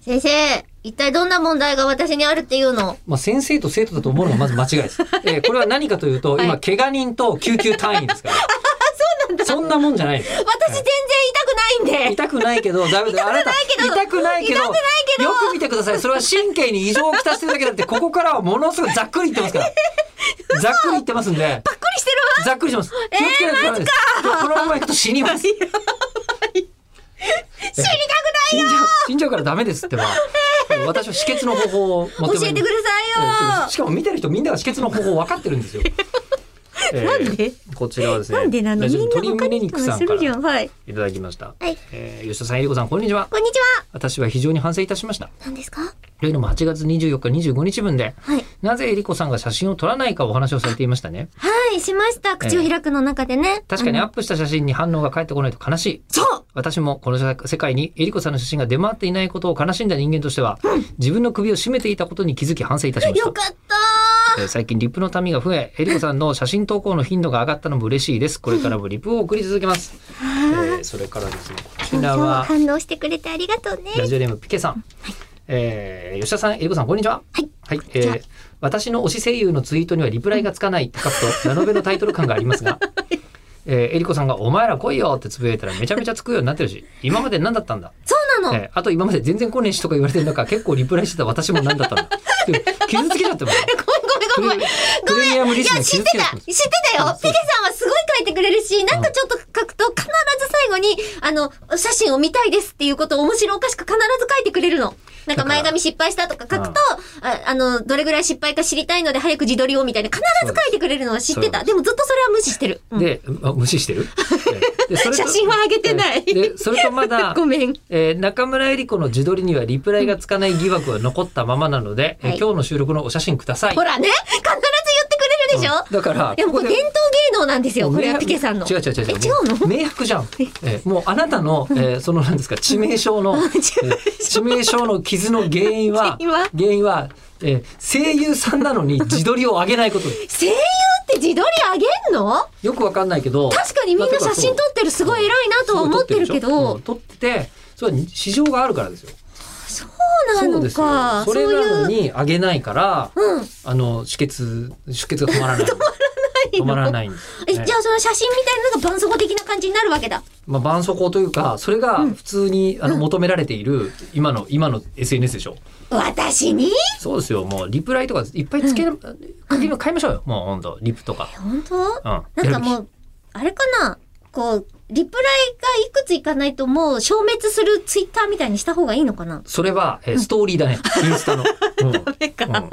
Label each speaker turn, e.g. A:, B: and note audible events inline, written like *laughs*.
A: 先生、一体どんな問題が私にあるっていうの
B: まあ、先生と生徒だと思うのがまず間違い *laughs* です。えーこれは何かというと、
A: はい
B: 今、怪我人と救急隊員ですから。そんなもんじゃないです。
A: 私全然痛くないんで
B: 痛くないけど、だめだ。あなた、痛くないけど、
A: 痛くないけど
B: よく見てください。それは神経に異常をきたしてるだけだって、ここからはものすごいざっくり言ってますから。ざっくり言ってますんで、
A: びっくりしてるわ
B: ざっくりします。気をつけないとダメです。このまま行くと死にます。
A: 知り
B: 死んじゃう、死んじゃうからダメですって *laughs* ば。私は止血の方法を
A: た
B: 求
A: く
B: め
A: ない教えてくだ
B: え
A: さ
B: ーしかも見てる人みんなが止血の方法分かってるんですよ。
A: いよ *laughs* なんで
B: こちらはですね。
A: なんでなの
B: ラジオ
A: みんな
B: 鶏
A: 他
B: 胸
A: に
B: 肉さん
A: す
B: か
A: るじ
B: ら
A: ゃん。はい。
B: いただきました。
A: はい
B: えー吉田さん、えりこさん、こんにちは。
A: こんにちは。
B: 私は非常に反省いたしました。
A: 何ですか
B: というのも8月24日、25日分で、
A: はい。
B: なぜえりこさんが写真を撮らないかお話をされていましたね。
A: はい、しました。口を開くの中でね。
B: 確かに
A: あ
B: ア
A: の
B: ップした写真に反応が返ってこないと悲しい。
A: そう
B: 私もこの世界にえりこさんの写真が出回っていないことを悲しんだ人間としては、自分の首を絞めていたことに気づき反省いたしました
A: よ。かった
B: *laughs* えー最近リップの民が増え、エリコさんの写真投稿の頻度が上がったのも嬉しいです。これからもリップを送り続けます。えーそれからですね、こちら
A: 今
B: は
A: 日反応してくれてありがとうね。
B: ラジオネームピケさん。えー吉田さん、エリコさん、こんにちは。
A: はい。
B: はい、え
A: にちは
B: ー私の推し声優のツイートにはリプライがつかない高くと、ラノベのタイトル感があります *laughs* が、えー、エリコさんがお前ら来いよってつぶやいたらめちゃめちゃつくようになってるし、今まで何だったんだ
A: そうなの。
B: えーあと今まで全然来ねえしとか言われてる中、結構リプライしてた私も何だったんだって傷つけちゃってます。
A: *laughs* ごめんごめんごめん。
B: プレミアムリ
A: い
B: スナ
A: や、
B: ー
A: 知
B: 傷
A: っ
B: つ
A: て
B: けちゃったてます
A: 知ってたよピケさんはすごい書いてくれるし、なんかちょっと書くと必ず最後に、あの、お写真を見たいですっていうことを面白おかしく必ず書いてくれるの。なんか前髪失敗したとか書くと、ああの、どれぐらい失敗か知りたいので早く自撮りをみたいな、必ず書いてくれるのは知って
B: そう
A: た。
B: で
A: でもずっとそれは無視してる。うん
B: で、あ無視して
A: *laughs*
B: るでそれと
A: 写真は上げてない
B: えでそれとまだ
A: *laughs* ごめん。
B: えー中村江里子の自撮りにはリプライがつかない疑惑は残ったままなので、えー
A: はい
B: 今日の収録のお写真ください。
A: ほらね、必ず言ってくれるでしょ
B: うんだから
A: でもこれ
B: ここで
A: 伝統芸能なんですよ、
B: もう
A: これは
B: 明
A: ピケさんの。
B: 違う違う違う
A: え違うの
B: も明白じゃん、えーもうあなたの、えーそのなんですか致命傷
A: *laughs*
B: の、えー致命傷の傷の原因
A: 原
B: は
A: 因は
B: 原因は、えー声優さんなのに自撮りを上げないことです
A: 声優って自撮り上げんの
B: よくわかんないけど
A: 確かにみんな写真撮ってるすごい偉いなとは思ってるけど、
B: うん撮っててそれは市場があるからですよ
A: そうな
B: そう
A: の
B: ですよ
A: か。
B: そ
A: そう
B: れなの
A: いう。
B: にあげないから、
A: うん。
B: あの止血出血が止
A: *laughs*
B: まらない止ま
A: の
B: らないんです、
A: え、
B: ね
A: じゃあその写真みたいなのが絆創膏的な感じになるわけだ。
B: まあ、絆創膏というかそれが普通に、あの求められている今の今の SNS でしょ
A: 私に
B: そうですよもうリプライとかいっぱいつける、書きの買いましょうよもう本当リプとか、
A: 本当
B: うん、
A: なんかも
B: う
A: う、あれかなこう、リプライがいくついかないともう消滅するツイッターみたいにした方がいいのかな *laughs*
B: それは、えーストーリーだねインスタの、うん
A: メか
B: うん